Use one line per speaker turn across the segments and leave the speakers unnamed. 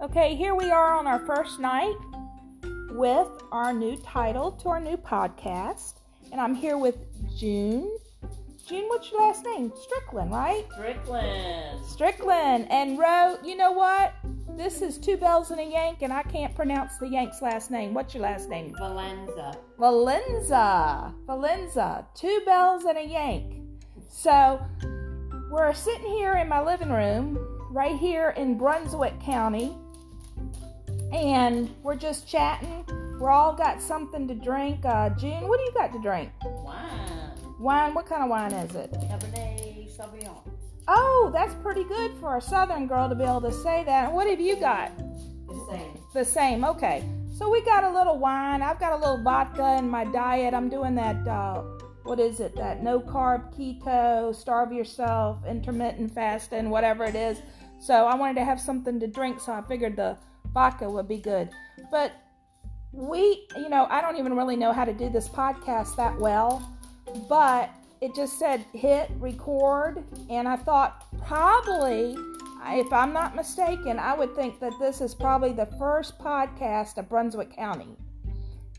Okay, here we are on our first night with our new title to our new podcast. And I'm here with June. June, what's your last name? Strickland, right?
Strickland.
Strickland. And Ro, you know what? This is two bells and a yank, and I can't pronounce the yank's last name. What's your last name?
Valenza.
Valenza. Valenza. Two bells and a yank. So we're sitting here in my living room, right here in Brunswick County, and we're just chatting. We're all got something to drink. Uh, June, what do you got to drink?
Wine.
Wine? What kind of wine is it?
Cabernet Sauvignon.
Oh, that's pretty good for a southern girl to be able to say that. What have you got?
The same.
The same, okay. So we got a little wine. I've got a little vodka in my diet. I'm doing that, uh, what is it? That no carb keto, starve yourself, intermittent fasting, whatever it is. So I wanted to have something to drink, so I figured the vodka would be good. But we, you know, I don't even really know how to do this podcast that well, but it just said hit record, and I thought probably if I'm not mistaken, I would think that this is probably the first podcast of Brunswick County.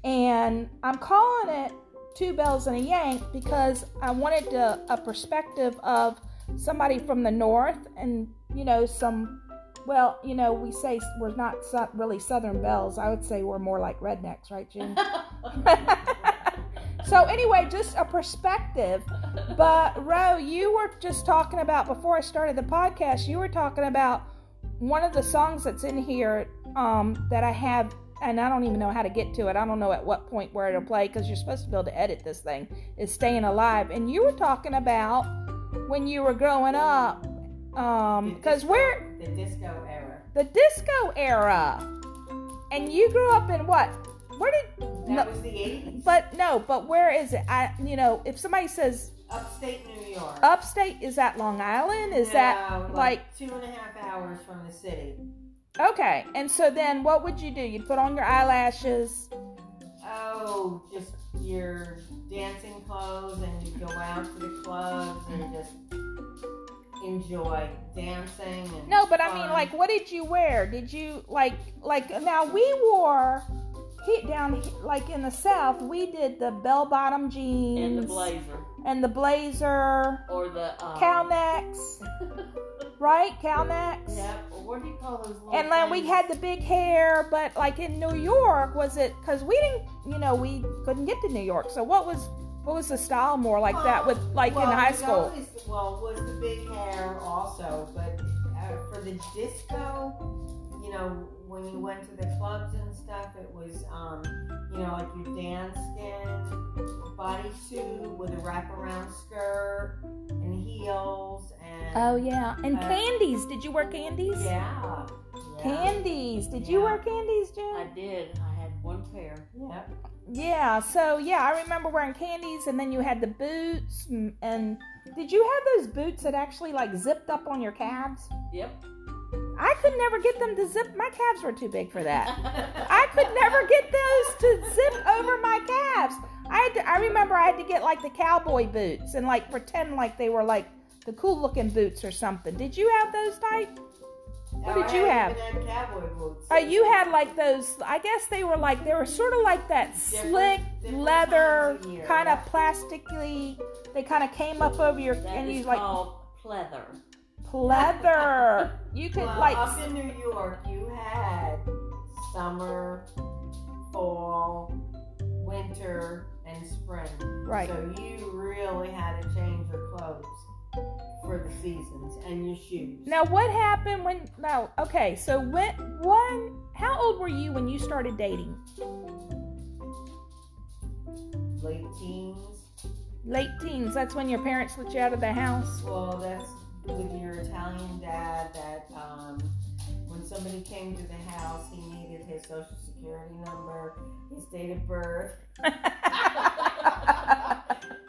And I'm calling it Two Bells and a Yank because I wanted to, a perspective of somebody from the north and, you know, some, well, you know, we say we're not su- really Southern Bells. I would say we're more like rednecks, right, June? so, anyway, just a perspective but Ro, you were just talking about before I started the podcast. You were talking about one of the songs that's in here um, that I have, and I don't even know how to get to it. I don't know at what point where it'll play because you're supposed to be able to edit this thing. Is "Staying Alive," and you were talking about when you were growing up, because we're
The disco era.
the disco era, and you grew up in what? Where did?
That
No,
was the 80s.
but no, but where is it? I, you know, if somebody says
Upstate New York.
upstate is that long island is
No,
that like
two and a half hours from the city?
okay and so then what would you do you'd put on your eyelashes
Oh, just your dancing clothes, and you go out to the clubs and just enjoy dancing. And
no but i mean
fun.
like what did you wear did you like like now we wore he, down he- like in the south we did the bell bottom jeans
and the blazer
and the blazer
or the um,
cow necks right cow necks
Yep. What do you call those? little
and then we
things?
had the big hair but like in new york was it because we didn't you know we couldn't get to new york so what was what was the style more like that with like
Well,
in high
it
school
always- well, was the big hair also, but uh, for the disco, you know, when you went to the clubs and stuff, it was, um, you know, like your Dan skin bodysuit with a wraparound skirt and heels and
oh yeah and
Uh,
candies did you wear candies
yeah, yeah.
candies did you
Yeah.
wear candies
I
june
did. I had one pair.
Yep.
yeah so yeah i remember wearing candies and then you had the boots and, and did you have those boots that actually like zipped up on your calves
Yep.
i could never get them to zip my calves were too big for that I could never get those to zip over my calves. I had to, I remember I had to get like the cowboy boots and like pretend like they were like the cool looking boots or something. Did you have those type?
Oh,
did
I
you
hadn't even had cowboy boots.
Oh, you had like those. I guess they were like they were sort of like that
Different-
slick
different
leather
times of year.
kind of plasticky. They kind of came up over your
That
and
is
you like
called pleather.
leather. You could
Well,
like
up in New York, you had summer, fall, winter, and spring.
right.
So you really had to change your clothes for the seasons and your shoes.
Now, what happened when? No, okay. So when? When? How old were you when you started dating?
Late teens.
Late teens. That's when your parents let you out of the house.
Well, that's with your Italian dad. That um, when somebody came to the house, he needed his social security number, his date of birth.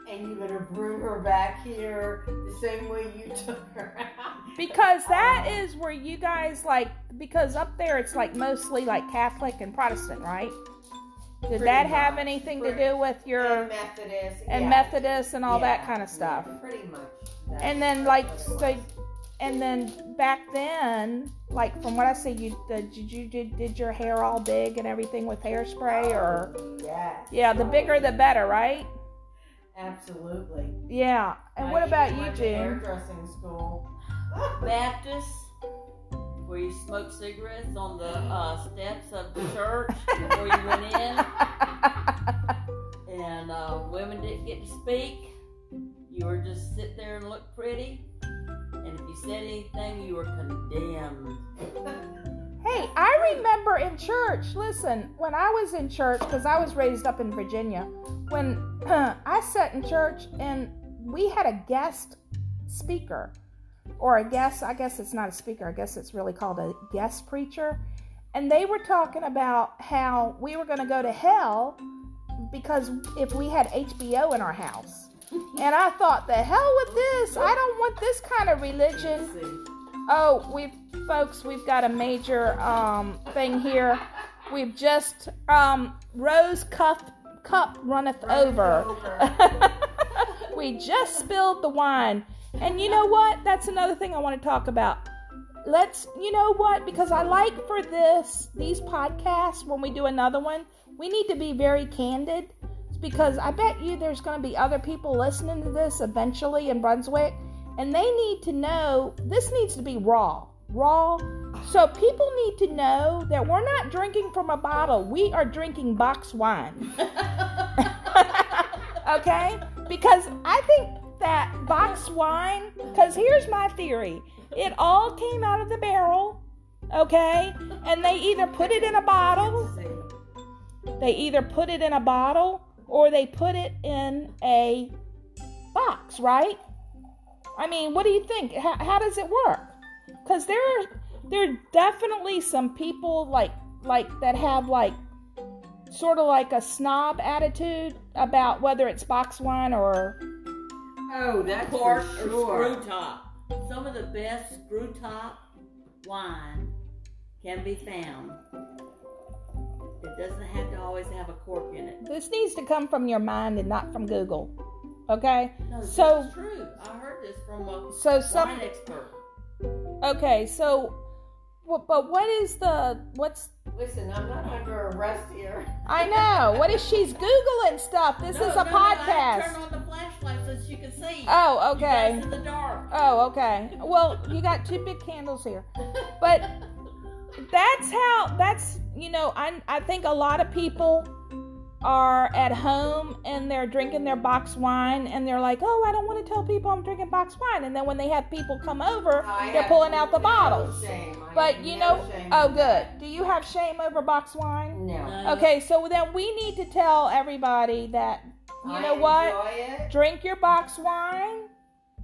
and you better bring her back here the same way you took her out.
because that is where you guys like. Because up there, it's like mostly like Catholic and Protestant, right? Did
Pretty
that have
much.
anything
Pretty-
to do with your
and Methodist
and
yeah.
Methodist and all that
Yeah,
kind of stuff?
yeah, pretty much. That's
And then,
what
like,
it
so-
was.
And then back then, like from what I see, you did you did, did your hair all big and everything with hairspray, or
Yeah.
yeah, the bigger the better, right?
Absolutely.
Yeah. And
I
what
even
about you,
went to
June?
Hairdressing school.
Baptist, where you smoked cigarettes on the uh, steps of the church before you went in, and uh, women didn't get to speak. You were just sit there and look pretty, and if you said anything, you were condemned.
Hey, I remember in church, listen, when I was in church, because I was raised up in Virginia, when I sat in church and we had a guest speaker, or a guest, I guess it's not a speaker, I guess it's really called a guest preacher. And they were talking about how we were going to go to hell because if we had HBO in our house. And I thought, the hell with this. I don't want this kind of religion. Oh, we've folks, we've got a major um, thing here. We've just um, Rose Cup Cup runneth over. we just spilled the wine, and you know what? That's another thing I want to talk about. Let's, you know what? Because I like for this these podcasts when we do another one, we need to be very candid. Because I bet you there's going to be other people listening to this eventually in Brunswick and they need to know this needs to be raw raw so people need to know that we're not drinking from a bottle we are drinking box wine okay because i think that box wine because here's my theory it all came out of the barrel okay and they either put it in a bottle they either put it in a bottle or they put it in a box, right? I mean, what do you think? How, how does it work? Because there are there are definitely some people like like that have like sort of like a snob attitude about whether it's box wine or
Oh, that's
cork
for
or
sure.
screw top. Some of the best screw top wine can be found. It doesn't have to always have a cork in it.
this needs to come from your mind and not from Google. Okay?
No, this
So-
is true. I heard this from a
So some
wine expert.
okay, so wh- but what is the what's
Listen, I'm not under arrest here.
I know. What if she's googling stuff? This
No,
is
no,
a
no, I had to
podcast.
turn on the flashlight so that you can see.
oh,
You guys
okay.
in the dark.
Oh, okay. Well, you got two big candles here, but that's how. That's you know, I I think a lot of people are at home and they're drinking their box wine and they're like, oh, I don't want to tell people I'm drinking box wine, and then when they have people come over,
I
they're
have
pulling out the
no
bottles.
shame. I
But
have
you
no
know,
shame.
oh, good. Do you have shame over box wine?
No.
No,
Okay, so then we need to tell everybody that you
I
know what,
enjoy it.
drink your box wine.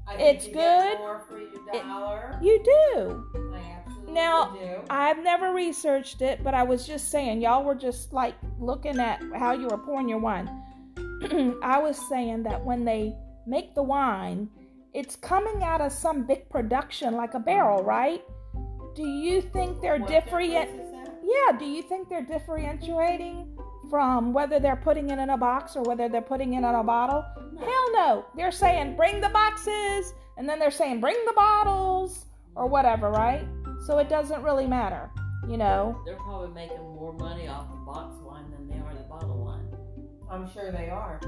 I think
It's
you
good.
get More for your
It-
dollar.
You do.
I absolutely
Now,
do.
I've never researched it, but I was just saying, y'all were just like looking at how you were pouring your wine. I was saying that when they make the wine, it's coming out of some big production like a barrel, right? Do you think they're
What
different?
difference is that?
Yeah, do you think they're differentiating from whether they're putting it in a box or whether they're putting it in a bottle? Hell no. They're saying bring the boxes, and then they're saying bring the bottles or whatever, right? So it doesn't really matter, you know.
They're probably making more money off the box wine than they are the bottle wine.
I'm sure they are.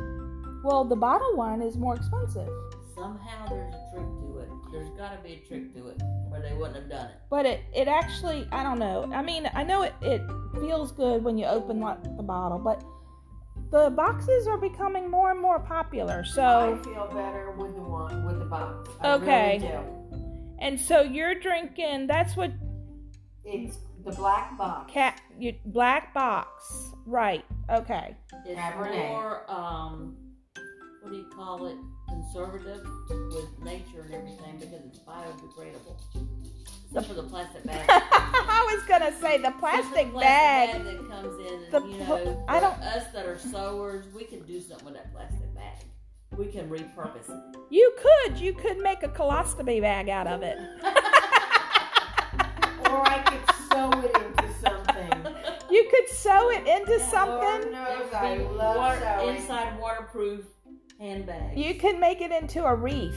Well, the bottle wine is more expensive,
Somehow there's a trick to it. There's got to be a trick to it, or they wouldn't have done it.
but it it actually I don't know. I mean, I know it it feels good when you open like the bottle, but the boxes are becoming more and more popular. So
I feel better with the one with the box. I
Okay.
Really do.
and so you're drinking. That's what
It's the black box.
cat you, black box, right? Okay.
It's
Cabernet.
more, um, what do you call it? Conservative with nature and everything because it's biodegradable. Except for the plastic bag. Except
I was gonna say the
for the
plastic bag.
that comes in. And,
The
you
pl-
know,
I
for
don't-
Us that are sowers, we can do something with that plastic bag. We can repurpose it.
You could, you could make a colostomy bag out of it.
Or I could sew it into something.
You could sew it into
Lord
something.
knows
There
I
would be
love
water-
sewing.
inside waterproof handbags.
You could make it into a reef.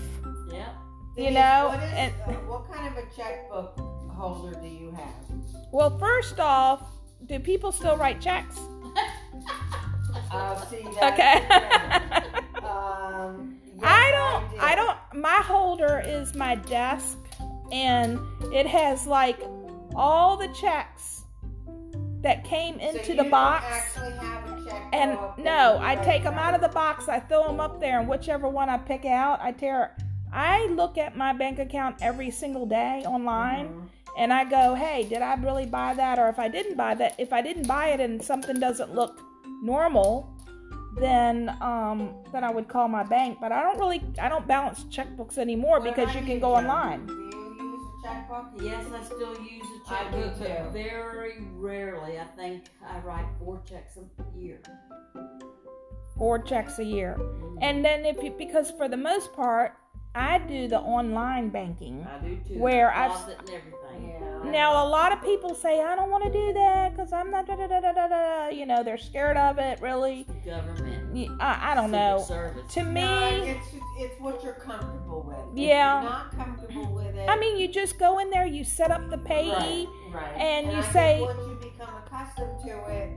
Yep.
you
Denise,
know,
what is-
and-
uh, what kind of a checkbook holder do you have?
Well, first off, do people still write checks?
Uh, see, that's
Okay.
the thing. Um, yes,
I don't.
do.
I don't. My holder is my desk, and it has like all the checks that came
So
into
you
the
don't
box.
actually have a checkbook
And
that
no,
you
I
write
take them out of
down?
the box, I throw them up there, and whichever one I pick out, I tear. I look at my bank account every single day online, and I go, "Hey, did I really buy that? Or if I didn't buy that, if I didn't buy it and something doesn't look normal, then um, then I would call my bank. But I don't really, I don't balance checkbooks anymore
What
because
about
you can go
Jen?
online.
Do you use a checkbook?
Yes, I still use a
I do
checkbook, but
too.
very rarely. I think I write four checks a year.
Four checks a year, and then if you, because for the most part, I do the online banking.
I do too.
Where I've-
Closet and everything.
Yeah.
Now, a lot of people say, I don't want to do that because I'm not, da, da, da, da, da, da. you know, they're scared of it, really.
Government.
Y- I, I don't
Secret
know.
Service.
To me,
No, it's it's what you're comfortable with.
Yeah.
If you're not comfortable with it.
I mean, you just go in there, you set up the payee.
Right, right.
and you
I think
say-
once you become accustomed to it,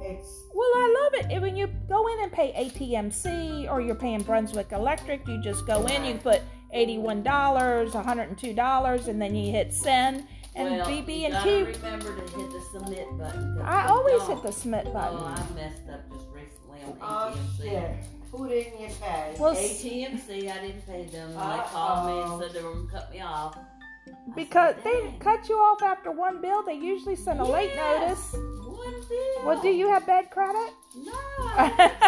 it's
Well, I love it. And When you go in and pay ATMC or you're paying Brunswick Electric, you just go in, you put $81, $102, and then you hit send. And
well,
BB
you
and
gotta
T.
remember to hit the submit button. 'cause
I
if
always
you
hit
don't-
the submit
Oh,
button.
I messed up just recently on
oh
ATMC.
shit. Who didn't you pay?
Well, s-
ATMC, I didn't pay them. When they called me and said they were gonna cut me off. I
because
said,
they
"Dang,
cut you off after one bill, they usually send a late notice.
yes, One bill.
Well, do you have bad credit?
No. My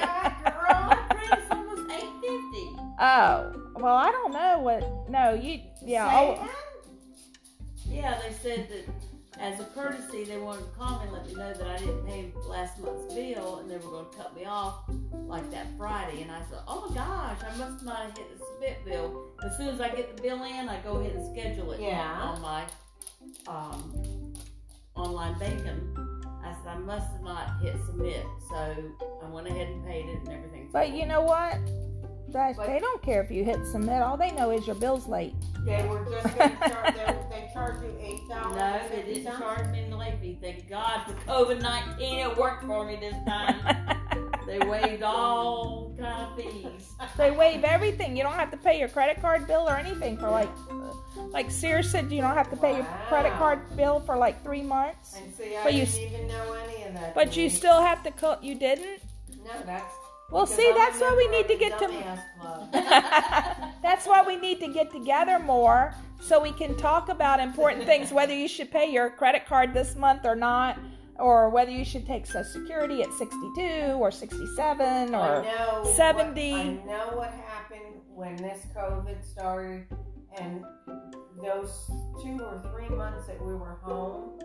God,
credit's almost eight fifty.
oh, well, I don't know what. No, you. Yeah. Oh,
Yeah, they said that as a courtesy, they wanted to call me and let me know that I didn't pay last month's bill and they were going to cut me off like that Friday. And I said, oh my gosh, I must not have hit the spit bill. As soon as I get the bill in, I go ahead and schedule it
Yeah.
on my um, online banking. I said, I must have not hit submit. So I went ahead and paid it and everything.
but you know what? That,
But-
they don't care if you hit submit. All they know is your bill's late.
They were just gonna charge they, they charge you eight dollars.
No, they didn't charge me the late fee. Thank God for COVID nineteen. It worked for me this time. they waived all kind of fees.
They waive everything. You don't have to pay your credit card bill or anything for like, like Sears said, you don't have to pay your credit
Wow.
card bill for like three months.
And see, I
But you
didn't even know any of that.
But you
dude.
still have to. Co- you didn't.
No, that's.
Well,
because
see,
I'm a
that's why we
member
need to
of the
get to.
Dumbass Club.
That's why we need to get together more so we can talk about important things whether you should pay your credit card this month or not, or whether you should take Social Security at 62 or 67
I
or.
know what-
70.
I know what happened when this COVID started, and those two or three months that we were home,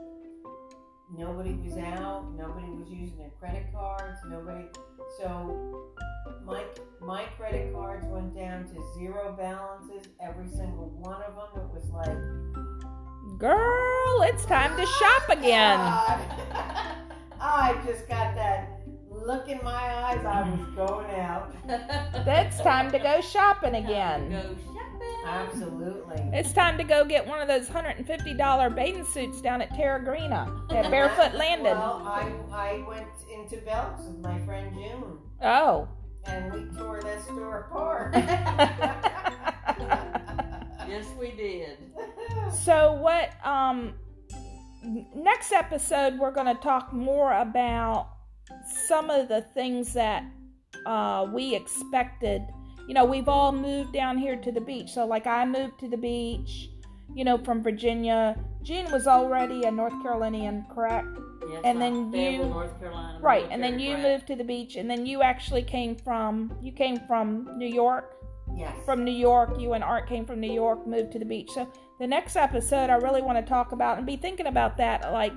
nobody was out, nobody was using their credit cards, nobody. So my my credit cards went down to zero balances, every single one of them. It was like
Girl, it's time to shop again.
God. I just got that look in my eyes. I was going out.
It's time to go shopping again.
Go shopping.
Absolutely.
It's time to go get one of those $150 bathing suits down at Terra Grina at Barefoot Landing.
Well, I, I went into Belts with my friend June,
Oh.
and we tore that store apart.
yes, we did.
So what um n- next episode we're going to talk more about some of the things that uh we expected. You know, we've all moved down here to the beach. So like I moved to the beach, you know, from Virginia. June was already a North Carolinian, correct?
Yes,
And then
I'm Fayetteville,
you-
North Carolina.
Right. And then you
military
moved to the beach and then you actually came from you came from New York.
yes.
from New York. You and Art came from New York, moved to the beach. So the next episode, I really want to talk about and be thinking about that. Like,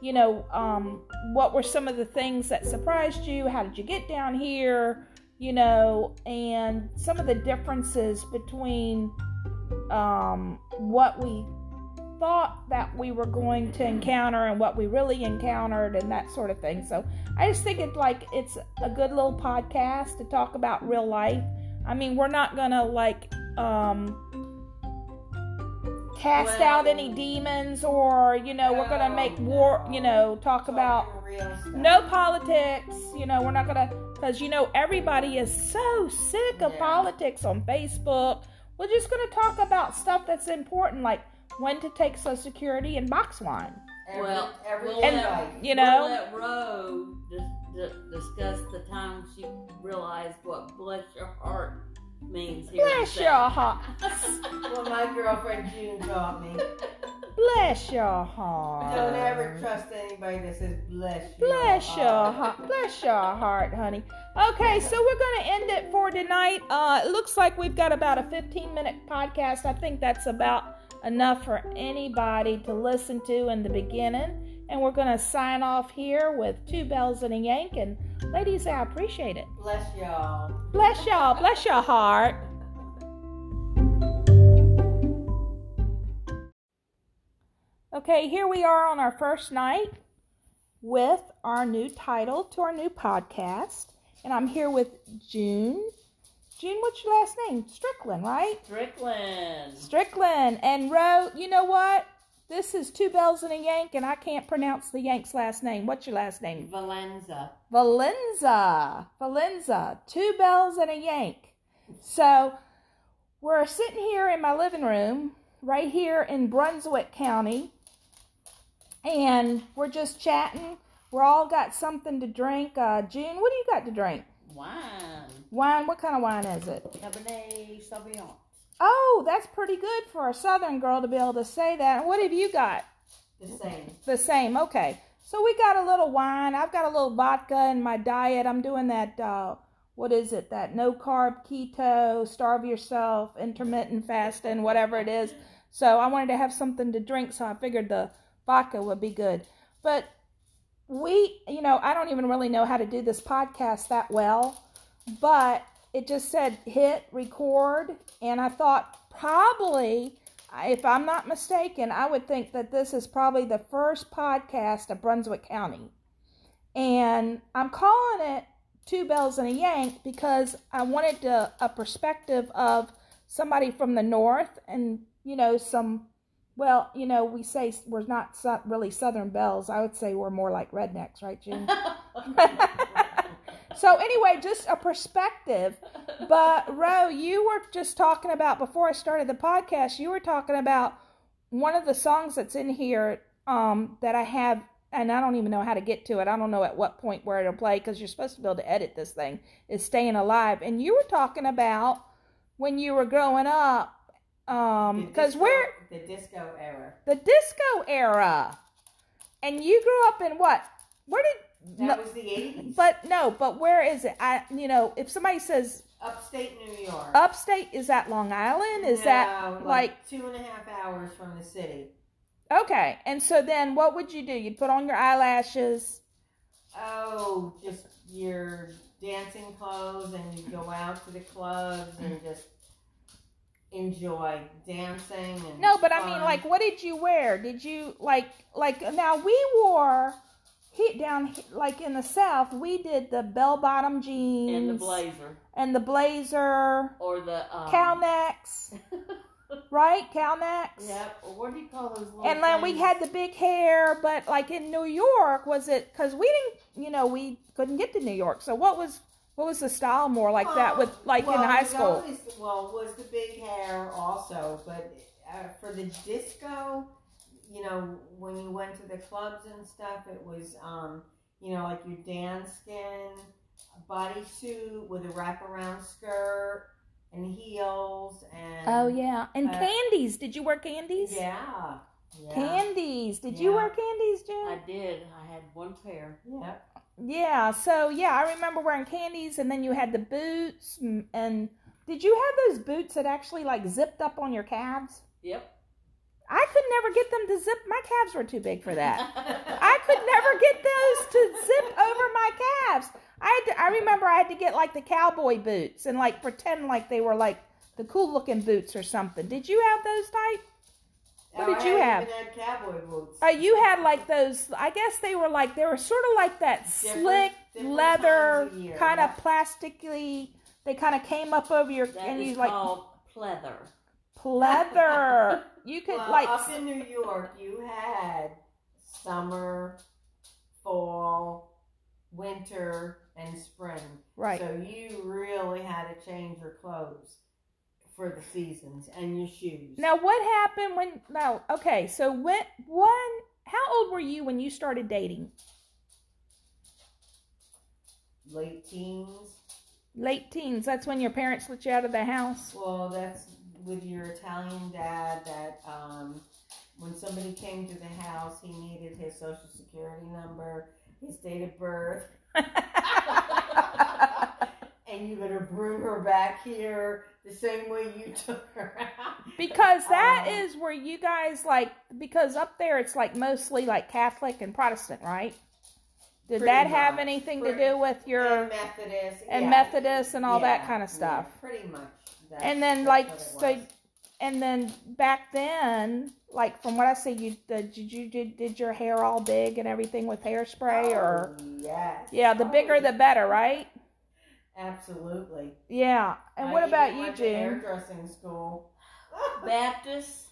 you know, um, what were some of the things that surprised you? How did you get down here? You know, and some of the differences between um, what we thought that we were going to encounter and what we really encountered and that sort of thing. So I just think it's like it's a good little podcast to talk about real life. I mean, we're not gonna like um cast
Well-
out any demons or, you know, we're going to make war, you know, talk about
Talking real stuff.
no politics. You know, we're not going to, because, you know, everybody is so sick of
Yeah.
politics on Facebook. We're just going to talk about stuff that's important, like when to take Social Security and box wine.
Every,
Well,
every
we'll
life.
You know?
We'll let Roe dis- di- discuss the time she realized what bless your heart means here. in
Bless
the
your
South.
heart.
Well, my girlfriend June taught me.
Bless your
Don't ever
heart.
trust anybody that says bless Uh, you.
Bless your heart. Bless your heart, honey. Okay, so we're going to end it for tonight. Uh, it looks like we've got about a 15 minute podcast. I think that's about enough for anybody to listen to in the beginning. And we're going to sign off here with two bells and a yank. And ladies, I appreciate it.
Bless y'all.
Bless y'all. Bless your heart. Okay, here we are on our first night with our new title to our new podcast. And I'm here with June. June, what's your last name? Strickland, right?
Strickland.
Strickland and Roe. You know what? This is two bells and a yank, and I can't pronounce the yank's last name. What's your last name?
Valenza.
Valenza, Valenza, two bells and a yank. So we're sitting here in my living room, right here in Brunswick County, and we're just chatting. We're all got something to drink. Uh, June, what do you got to drink?
Wine.
Wine? What kind of wine is it?
Cabernet Sauvignon.
Oh, that's pretty good for a Southern girl to be able to say that. And what have you got?
The same.
The same. Okay. So we got a little wine. I've got a little vodka in my diet. I'm doing that. Uh, what is it? That no carb keto, starve yourself, intermittent fasting, whatever it is. So I wanted to have something to drink, so I figured the vodka would be good. But we, you know, I don't even really know how to do this podcast that well, but it just said hit record, and I thought probably if I'm not mistaken, I would think that this is probably the first podcast of Brunswick County. And I'm calling it Two Bells and a Yank because I wanted to, a perspective of somebody from the north and, you know, some, well, you know, we say we're not so, really Southern Bells. I would say we're more like rednecks, right, June? so, anyway, just a perspective but Ro, you were just talking about before I started the podcast. You were talking about one of the songs that's in here um, that I have, and I don't even know how to get to it. I don't know at what point where it'll play because you're supposed to be able to edit this thing. Is "Staying Alive," and you were talking about when you were growing up um,
The
because
disco-
we're
the disco era.
the disco era, and you grew up in what? Where did?
That
No,
was the '80s.
but no, but where is it? I you know if somebody says
Upstate New York.
upstate is that long island is that
No,
like-
two and a half hours from the city?
okay and so then what would you do you'd put on your eyelashes
Oh, just your dancing clothes, and you go out to the clubs
Mm.
and just enjoy dancing. And
no but i mean
fun.
like what did you wear did you like like now we wore he down he- like in the south we did the bell bottom jeans
And the blazer.
and the blazer
Or the. Um,
cow necks right cow necks
Yep. Or what do you call those little
and then we
things?
had the big hair but like in new york was it because we didn't you know we couldn't get to new york so what was what was the style more like that with
Well,
like
well,
in high
it
school
always- well, was the big hair also, but uh, for the disco, you know, when you went to the clubs and stuff, it was, um, you know, like your Dan skin bodysuit with a wraparound skirt and heels and
oh yeah and
uh,
candies did you wear candies
yeah, yeah,
candies did you
Yeah.
wear candies june
I did. I had one pair.
yeah.
yeah so yeah i remember wearing candies and then you had the boots and, and did you have those boots that actually like zipped up on your calves
Yep.
i could never get them to zip my calves were too big for that I could never get those to zip over my calves. I had to, I remember I had to get like the cowboy boots and like pretend like they were like the cool looking boots or something. Did you have those type? What
Oh,
did
I
you
hadn't even had cowboy boots.
Uh, you had like those. I guess they were like they were sort of like that
Different-
slick
different
leather
times a year,
kind of
yeah.
plasticky. They kind of came up over your
That
and
is
you like
called pleather.
pleather. You could
well,
like
up in New York, you had summer, fall, winter, and spring.
right.
So you really had to change your clothes for the seasons and your shoes.
Now, what happened when? No, okay. So when? When? How old were you when you started dating?
late teens.
Late teens. That's when your parents let you out of the house.
Well, that's with your Italian dad. That um, when somebody came to the house, he needed his social security number, his date of birth, and you better bring her back here the same way you took her out.
Because that
Um,
is where you guys like. Because up there, it's like mostly like Catholic and Protestant, right? Did
Pretty
that have
much,
anything to
pretty-
do with your?
and Methodist
and
yeah.
Methodist and all that kinda
yeah,
stuff.
pretty much. That's,
And then
that's
like
what it
so,
was.
and then back then, like from what I see, you did you did, did your hair all big and everything with hairspray or?
Oh, yes.
Yeah, the
Oh,
bigger the better, right?
Absolutely.
Yeah. And
I
what
even
about you,
went to
June?
Hairdressing school.
Baptist,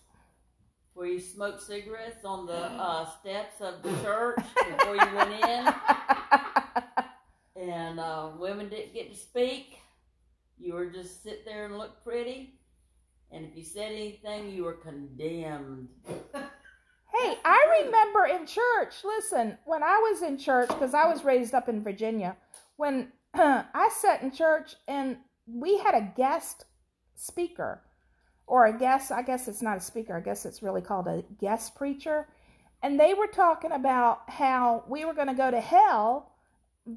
where you smoked cigarettes on the uh, steps of the church before you went in, and uh, women didn't get to speak. You were just sit there and look pretty, and if you said anything, you were condemned.
Hey, I remember in church, listen, when I was in church, because I was raised up in Virginia, when I sat in church and we had a guest speaker, or a guest, I guess it's not a speaker, I guess it's really called a guest preacher. And they were talking about how we were going to go to hell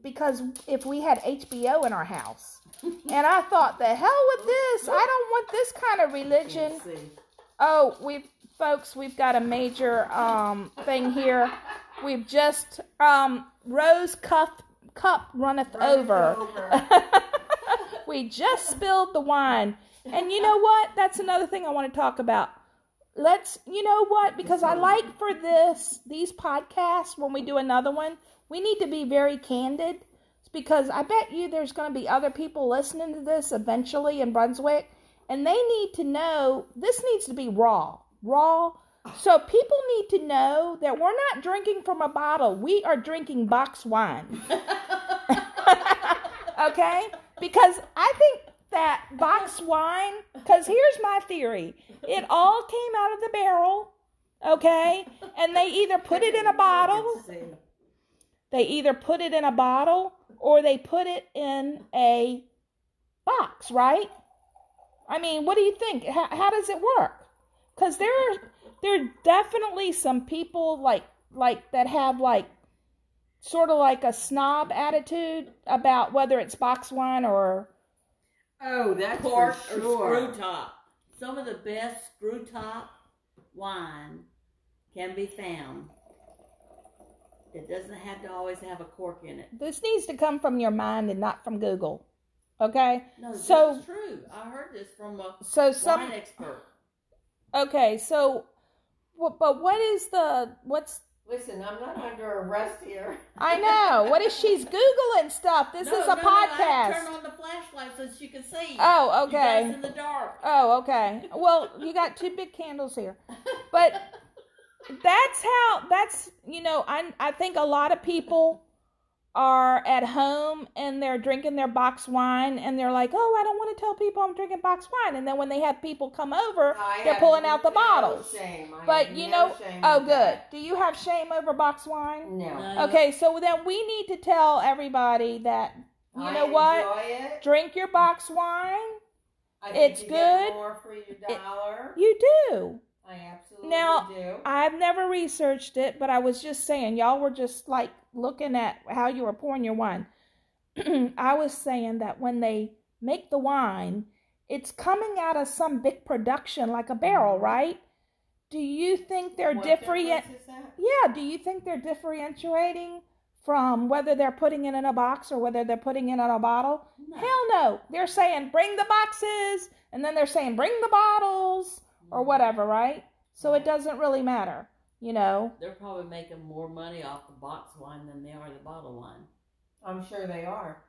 because if we had HBO in our house. And I thought, the hell with this. I don't want this kind of religion.
Let's see.
Oh, we've folks, we've got a major um thing here. We've just um Rose Cup cup runneth over. we just spilled the wine. And you know what? That's another thing I want to talk about. Let's you know what? Because I like for this these podcasts when we do another one, we need to be very candid because I bet you there's going to be other people listening to this eventually in Brunswick, and they need to know this needs to be raw, raw. So people need to know that we're not drinking from a bottle. We are drinking box wine. okay? Because I think that box wine cuz here's my theory. It all came out of the barrel, okay? And they either put it in a bottle
Let's see.
they either put it in a bottle or they put it in a box, right? I mean, what do you think? How, how does it work? Because there are there are definitely some people like like that have like sort of like a snob attitude about whether it's box wine or
Oh, that's
cork
for
or
sure.
screw top. Some of the best screw top wine can be found. It doesn't have to always have a cork in it.
this needs to come from your mind and not from Google. Okay?
No, this
So-
is true. I heard this from a
So some
wine expert.
okay, so wh- but what is the what's
Listen, I'm not under arrest here.
I know. What if she's googling stuff? This
No,
is a
no, no, I had to
podcast.
turn on the flashlight so that you can see.
oh,
You guys
okay.
in the dark.
Oh, okay. Well, you got two big candles here, but that's how. That's you know. I I think a lot of people are at home and they're drinking their box wine and they're like, oh, I don't want to tell people I'm drinking box wine. And then when they have people come over,
I
they're
have
pulling out the
no
bottles.
Shame. I
But
have
you
no
know-
shame
Oh,
with
good.
that.
Do you have shame over box wine?
No.
No,
Okay, so then we need to tell everybody that you
I
know what?
enjoy it.
drink your box wine.
I think
It's
you get
good.
more for your dollar.
You do.
I absolutely
Now,
do.
I've never researched it, but I was just saying, y'all were just like looking at how you were pouring your wine. I was saying that when they make the wine, it's coming out of some big production like a barrel, right? Do you think they're
What
different?
difference is that?
Yeah, do you think they're differentiating from whether they're putting it in a box or whether they're putting it in a bottle?
no.
Hell no. They're saying bring the boxes and then they're saying bring the bottles or whatever, right? So it doesn't really matter, you know.
They're probably making more money off the box wine than they are the bottle wine.
I'm sure they are.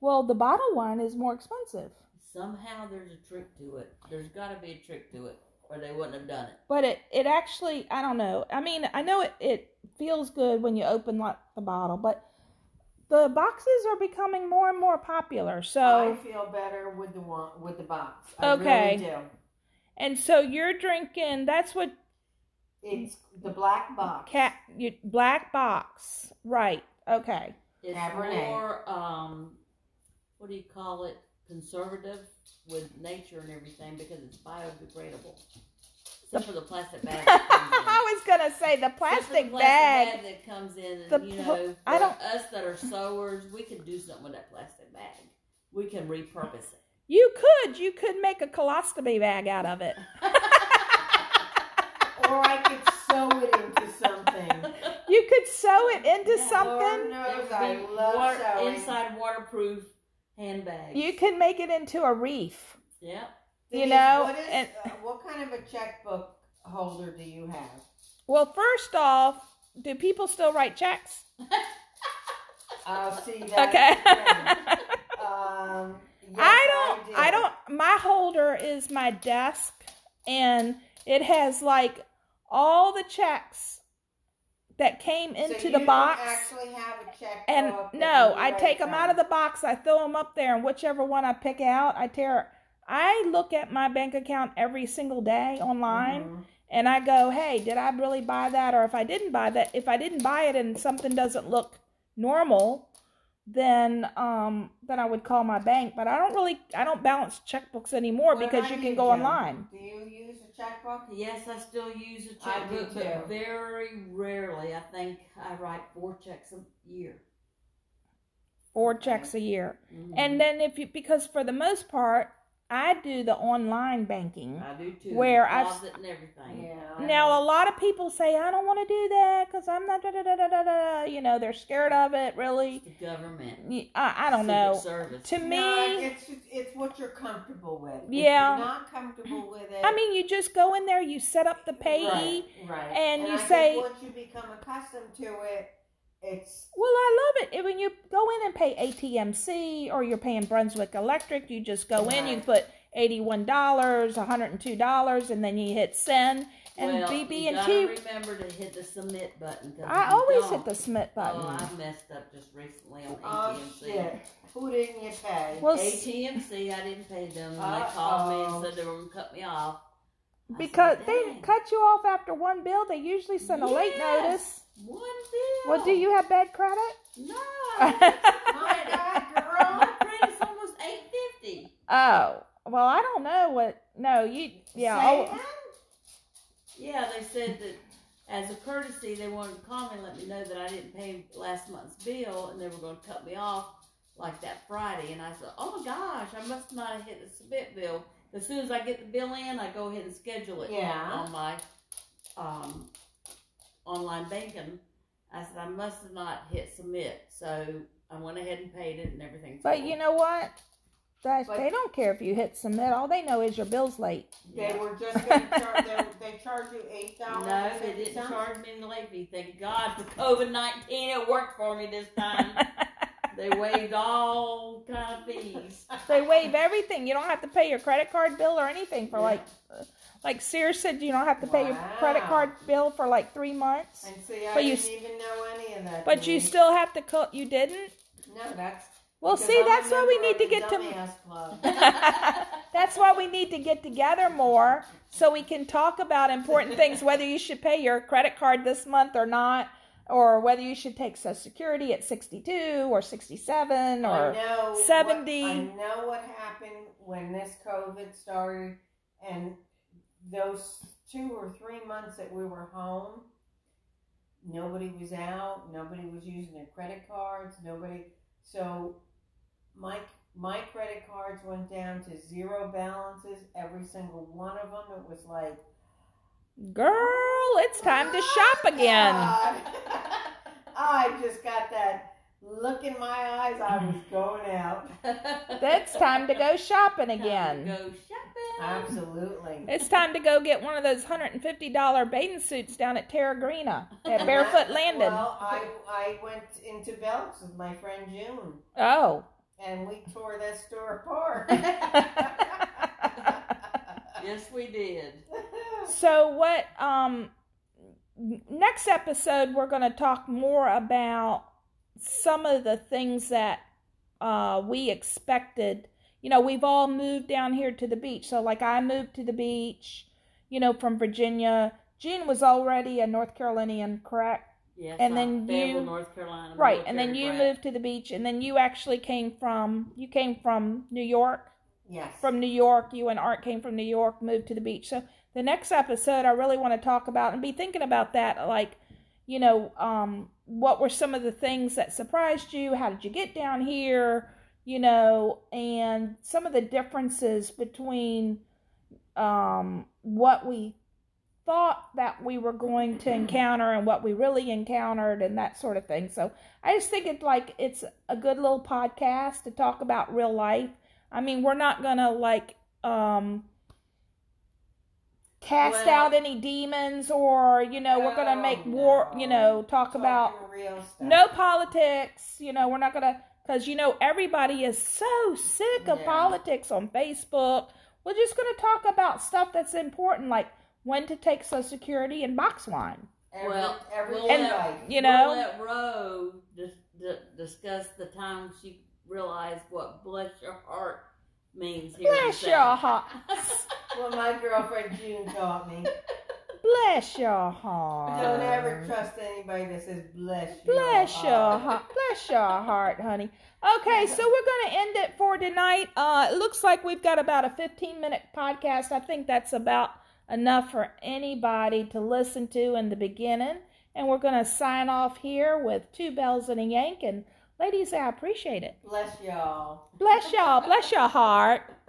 Well, the bottle wine is more expensive.
Somehow there's a trick to it. There's got to be a trick to it, or they wouldn't have done it.
But it, it actually, I don't know. I mean, I know it, it feels good when you open like the bottle, but the boxes are becoming more and more popular.
I
So,
feel better with the one with the box.
Okay.
I really do.
and so you're drinking, that's what
It's the black box.
cat, you, black box. Right. Okay.
It's
Cabernet.
more, um, what do you call it? Conservative with nature and everything because it's biodegradable. Except for the plastic bag. that comes in.
I was going to say the
Except for the
plastic bag.
that comes in, and,
The
you
pl-
know,
I
for
don't-
us that are sewers, we can do something with that plastic bag. We can repurpose it.
You could, you could make a colostomy bag out of it.
Or I could sew it into something.
You could sew it into
Yeah,
Lord
something.
There
knows
would
I
be
love
water-
sewing.
inside waterproof handbags.
You can make it into a wreath.
Yep.
you
Denise,
know,
what is-
and-
uh, what kind of a checkbook holder do you have?
Well, first off, do people still write checks?
I'll see that.
Okay.
Um, yes,
I
do.
don't. I don't. My holder is my desk, and it has like all the checks that came
So
into
you
the
don't
box.
Actually, have a checkbook.
And
that
no,
you
I
write
take them out of
on.
the box. I throw them up there, and whichever one I pick out, I tear. I look at my bank account every single day online,
Mhm.
and I go, "Hey, did I really buy that? Or if I didn't buy that, if I didn't buy it and something doesn't look normal, then um then I would call my bank. But I don't really I don't balance checkbooks anymore
What
because
about
you can go
Jen?
online.
Do you use a checkbook?
Yes, I still use a
I do
checkbook, but
too.
very rarely. I think I write four checks a year.
Four checks a year,
Mhm.
and then if you because for the most part I do the online banking.
I do too.
where I've-
deposit and everything.
Yeah.
Now a lot of people say I don't want to do that because I'm not da da da da da da. You know they're scared of it. Really,
The government.
Y- I, I don't
Secret
know.
Service.
To me,
No, it's just- it's what you're comfortable with.
Yeah.
If you're not comfortable with it.
I mean, you just go in there, you set up the payee.
right, right.
and you
I think
say-
once you become accustomed to it, it's
Well, I love it. And When you go in and pay ATMC or you're paying Brunswick Electric, you just go in, you
Right.
put $81, $102, and then you hit send. And
well,
BB
you
and
gotta
T.
remember to hit the submit button. 'cause if
I
you
always
don't-
hit the submit button.
Oh, I messed up just recently on
oh
ATMC.
shit. Who didn't you pay?
Well, s-
ATMC, I didn't pay them. and They called me and said they were gonna cut me off. I said,
because they
"Dang,
cut you off after one bill, they usually send a late notice.
Yes. one bill.
Well, do you have bad credit?
No. Oh. My
My
credit-
God, girl.
my credit's almost eight fifty.
oh, well, I don't know what. No, you. Yeah.
Say
Oh,
that?
Yeah, they said that as a courtesy, they wanted to call me and let me know that I didn't pay last month's bill and they were going to cut me off like that Friday. And I said, oh my gosh, I must not have hit the submit bill. As soon as I get the bill in, I go ahead and schedule it
Yeah.
on my um, online banking. I said, I must have not hit submit. So I went ahead and paid it and everything.
but you know what? That,
But-
they don't care if you hit submit. All they know is your bill's late.
They were just going to charge. They, they charge you eight dollars.
No, they didn't charge me the late fee. Thank God for COVID nineteen. It worked for me this time. they waived all kind of fees.
They waive everything. You don't have to pay your credit card bill or anything for
Yeah.
like, like Sears said, you don't have to pay your credit
Wow.
card bill for like three months.
And see, I
But you
didn't even know any of that.
But you
Denise.
still have to co- You didn't.
No, that's.
Well,
because
see,
I'm a
that's why we
member
need
of
to
the
get to.
Dumbass Club.
That's why we need to get together more so we can talk about important things, whether you should pay your credit card this month or not, or whether you should take Social Security at 62 or 67
I
or.
know what-
70.
I know what happened when this COVID started, and those two or three months that we were home, nobody was out, nobody was using their credit cards, nobody. So, my my credit cards went down to zero balances, every single one of them. It was like "Oh
Girl, it's time to shop again.
God. I just got that look in my eyes. I was going out.
It's time to go shopping
Time to
again.
Go shopping.
Absolutely.
It's time to go get one of those hundred and fifty dollar bathing suits down at Terragrina at Barefoot Landing.
Well, I I went into Belks with my friend June,
oh,
and we tore that store apart.
Yes, we did.
so what um n- next episode we're going to talk more about some of the things that uh we expected you know we've all moved down here to the beach so like i moved to the beach you know from virginia Jean was already a north carolinian correct
Yes,
And then
I'm Fayetteville,
you-
North Carolina.
right and then
military
you
brat.
moved to the beach and then you actually came from you came from new york
yes.
from New York. You and Art came from New York, moved to the beach. So the next episode, I really want to talk about and be thinking about that. Like, you know, um, what were some of the things that surprised you? How did you get down here? You know, and some of the differences between um, what we thought that we were going to encounter and what we really encountered and that sort of thing. So I just think it's like it's a good little podcast to talk about real life. I mean, we're not gonna like um cast
Well-
out any demons or you know we're gonna
No,
make war.
no.
You know, talk
Talking
about
real stuff.
no politics. You know, we're not gonna because you know everybody is so sick of
Yeah.
politics on Facebook. We're just gonna talk about stuff that's important, like when to take Social Security and box wine.
Every,
Well,
every
we'll let-
life.
You
We'll
know,
let Roe dis- di- discuss the time she realized what bless your heart means here. in
bless
the
your
South.
heart,
Well, my girlfriend June taught me.
bless your
Don't
heart.
ever trust anybody that says bless you. uh,
Bless your heart. Bless your heart, honey. Okay, so we're going to end it for tonight. Uh, it looks like we've got about a 15 minute podcast. I think that's about enough for anybody to listen to in the beginning. And we're going to sign off here with two bells and a yank. And ladies, I appreciate it.
Bless y'all.
Bless y'all. Bless your heart.